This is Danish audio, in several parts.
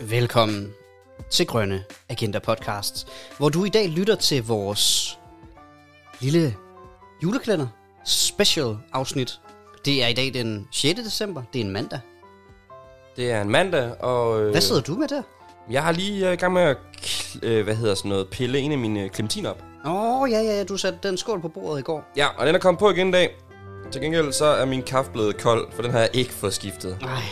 Velkommen til Grønne Agenda Podcast, hvor du i dag lytter til vores lille julekalender special afsnit. Det er i dag den 6. december, det er en mandag. Det er en mandag, og... Øh, Hvad sidder du med der? Jeg har lige øh, i gang med at, kl- øh, hvad hedder sådan noget, pille en af mine klementiner op. Åh, oh, ja, ja, ja, du satte den skål på bordet i går. Ja, og den er kommet på igen i dag. Til gengæld så er min kaffe blevet kold, for den har jeg ikke fået skiftet. Nej,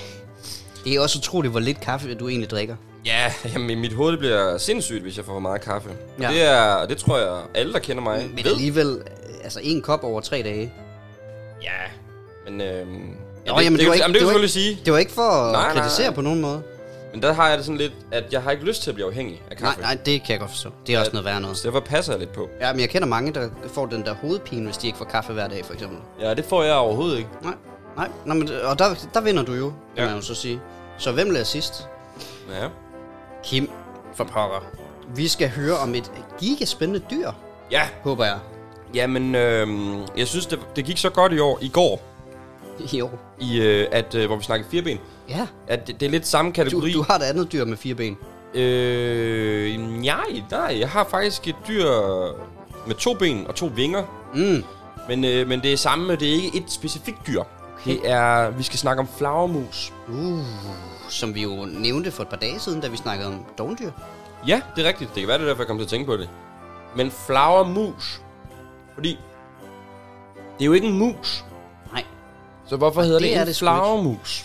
det er også utroligt, hvor lidt kaffe du egentlig drikker. Ja, jamen, mit hoved det bliver sindssygt, hvis jeg får for meget kaffe. Ja. Ja. Det, er, det tror jeg, alle der kender mig Men ved. alligevel, altså en kop over tre dage. Ja, men... Øh, ja, Nå, jamen, det var det, ikke- det kan- jamen, det kan var selvfølgelig ikke- sige. Det var ikke for at Nej, nej, nej. kritisere på nogen måde. Men der har jeg det sådan lidt, at jeg har ikke lyst til at blive afhængig af Nej, kaffe. nej, det kan jeg godt forstå. Det er også noget værre noget. Så derfor passer jeg lidt på. Ja, men jeg kender mange, der får den der hovedpine, hvis de ikke får kaffe hver dag, for eksempel. Ja, det får jeg overhovedet ikke. Nej, nej. Nå, men, og der, der vinder du jo, kan ja. Ja. man jo så sige. Så hvem lader sidst? Ja. Kim for pokker. Vi skal høre om et gigaspændende dyr, Ja, håber jeg. Jamen, øh, jeg synes, det, det gik så godt i år, i går, Jo. i, øh, at, øh, hvor vi snakkede fireben, Ja. at det, det er lidt samme Du, kategori. du har et andet dyr med fire ben. Øh, nej, nej, jeg har faktisk et dyr med to ben og to vinger, Mm. men, øh, men det er samme, det er ikke et specifikt dyr. Okay. Det er, vi skal snakke om flagermus. Uh, som vi jo nævnte for et par dage siden, da vi snakkede om dogendyr. Ja, det er rigtigt, det kan være, det er derfor, jeg kom til at tænke på det. Men flagermus, fordi det er jo ikke en mus, Nej. så hvorfor hedder det, det det er en det sgu ikke. flagermus?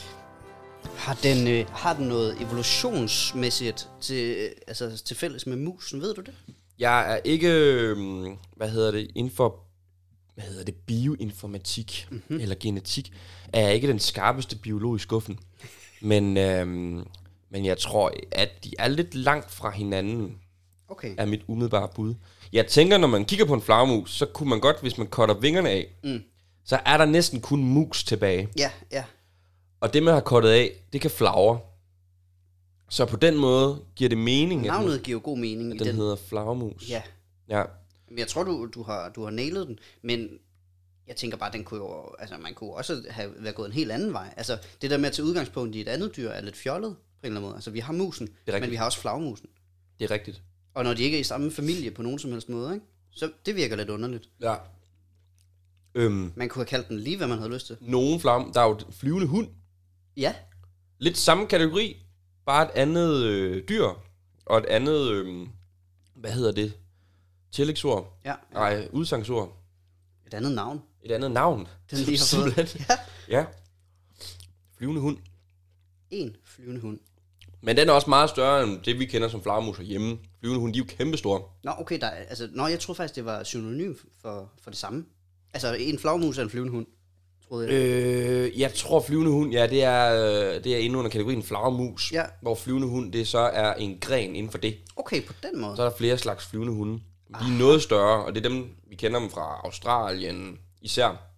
Har den, øh, har den noget evolutionsmæssigt til, øh, altså, til fælles med musen, ved du det? Jeg er ikke, øhm, hvad hedder det, inden for, hvad hedder det, bioinformatik mm-hmm. eller genetik, er jeg ikke den skarpeste biolog i skuffen. Men, øhm, men jeg tror, at de er lidt langt fra hinanden, Okay. er mit umiddelbare bud. Jeg tænker, når man kigger på en flagermus, så kunne man godt, hvis man cutter vingerne af, mm. så er der næsten kun mus tilbage. Ja, ja. Og det, man har cuttet af, det kan flagre. Så på den måde giver det mening, at den, Navnet giver jo god mening i den den. hedder flagermus. Ja. ja. Men jeg tror, du, du, har, du har nailet den, men jeg tænker bare, den kunne jo, altså, man kunne også have været gået en helt anden vej. Altså, det der med at tage udgangspunkt i et andet dyr er lidt fjollet på en eller anden måde. Altså, vi har musen, rigtigt. men vi har også flagmusen. Det er rigtigt. Og når de ikke er i samme familie på nogen som helst måde, ikke? så det virker lidt underligt. Ja. Øhm, Man kunne have kaldt den lige, hvad man havde lyst til. nogen flamme. Der er jo flyvende hund. Ja, Lidt samme kategori. Bare et andet øh, dyr. Og et andet... Øh, hvad hedder det? Tillægsord. ja. Nej, udsangsord. Et andet navn. Et andet navn. Den lige har fået. Simpelthen. Ja. Ja. Flyvende hund. En flyvende hund. Men den er også meget større end det, vi kender som flagermus herhjemme. Flyvende hund, de er jo kæmpestore. Nå, okay, der, er- altså, nå, jeg troede faktisk, det var synonym for, for det samme. Altså, en flagmus er en flyvende hund, troede jeg. Øh, jeg tror flyvende hund, ja, det er, øh, det er inde under kategorien flagermus. Ja. Hvor flyvende hund, det så er en gren inden for det. Okay, på den måde. Så er der flere slags flyvende hunde. De er noget større, og det er dem, vi kender dem fra Australien især.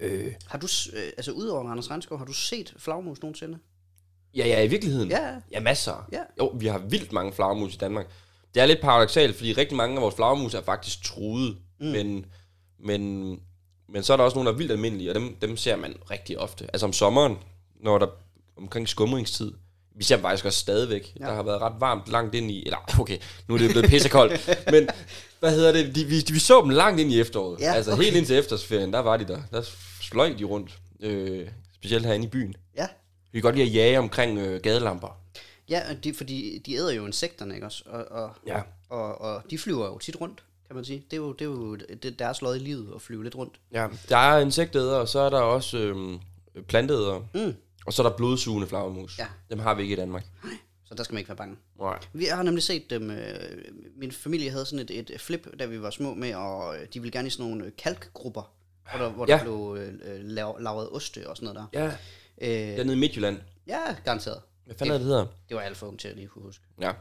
Øh. Har du, s- øh, altså udover Anders Renskov, har du set flagmus nogensinde? Ja, ja, i virkeligheden. Ja. ja masser. Ja. Jo, vi har vildt mange flagermus i Danmark. Det er lidt paradoxalt, fordi rigtig mange af vores flagermus er faktisk truet. Mm. Men, men, men så er der også nogle, der er vildt almindelige, og dem, dem ser man rigtig ofte. Altså om sommeren, når der omkring skumringstid, vi ser dem faktisk også stadigvæk. Ja. Der har været ret varmt langt ind i, eller okay, nu er det blevet pissekoldt, men hvad hedder det, de, vi, vi så dem langt ind i efteråret. Ja, altså okay. helt ind til efterårsferien, der var de der. Der fløj de rundt, øh, specielt herinde i byen. Ja. Vi kan godt lide at jage omkring øh, gadelamper. Ja, og de, fordi de æder jo insekterne, ikke også? Og, og, Ja. og, og de flyver jo tit rundt, kan man sige. Det er jo, det er jo det er deres lod i livet at flyve lidt rundt. Ja, der er insektæder, og så er der også øhm, planteæder. Mm. Og så er der blodsugende flagermus. Ja. Dem har vi ikke i Danmark. Så der skal man ikke være bange. Nej. Vi har nemlig set dem. Øh, min familie havde sådan et, et flip, da vi var små med, og øh, de ville gerne i sådan nogle øh, kalkgrupper, hvor der, hvor der Ja. blev øh, øh, lav, lavet oste og sådan noget der. Ja, Øh, dernede i Midtjylland. ja, garanteret. Hvad fanden er det, det hedder? Det var alt for ung til at lige kunne huske. Ja.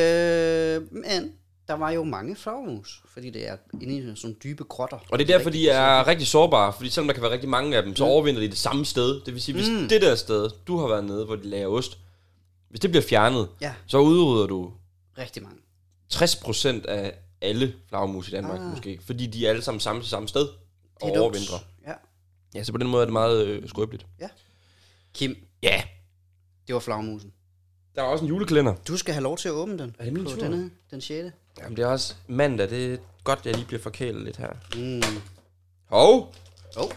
Øh, men der var jo mange flagermus, fordi det er inde i sådan dybe grotter. Og det er derfor, de er rigtig sårbare, fordi selvom der kan være rigtig mange af dem, så overvinder de det samme sted. Det vil sige, hvis mm. det der sted, du har været nede, hvor de lager ost, hvis det bliver fjernet, Ja. så udrydder du Rigtig mange. 60% af alle flagermus i Danmark, ah. måske. Fordi de er alle sammen samme, samme sted og dumt. overvintrer. Ja. Ja, så på den måde er det meget øh, skrøbeligt. Kim, Ja, det var flagmusen. Der er også en julekalender. Du skal have lov til at åbne den. Er det min på tur? Denne, den 6. Jamen, det er også mandag. Det er godt, jeg lige bliver forkælet lidt her. Mm. Hov, Oh.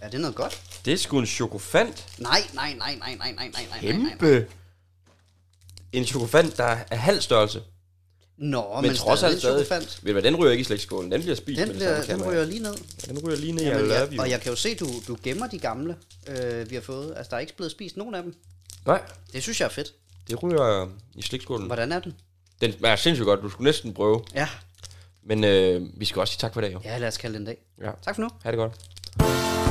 Er det noget godt? det er sgu en chokofant. Nej, nej, nej, nej, nej, nej, nej, nej, nej, nej. Kæmpe. En chokofant, der er halv størrelse. Nå, Men, men, trods alt stadig. chokofant. Ved du hvad, den ryger ikke i slægtskålen. Den bliver spist Den, med det bliver, samme den kamera. ryger lige ned. Den ryger lige ned i Jamen, Jamen, jeg, jeg, og jeg kan jo se, du, du gemmer de gamle, øh, vi har fået. Altså, der er ikke blevet spist nogen af dem. Nej, Det synes jeg er fedt. det ryger øh, i slægtskålen. Hvordan er den? Den er sindssygt godt. Du skulle næsten prøve. Ja, Men øh, vi skal også sige tak for i dag, jo. ja lad os kalde den en dag. Ja. Tak for nu. Ha' det godt.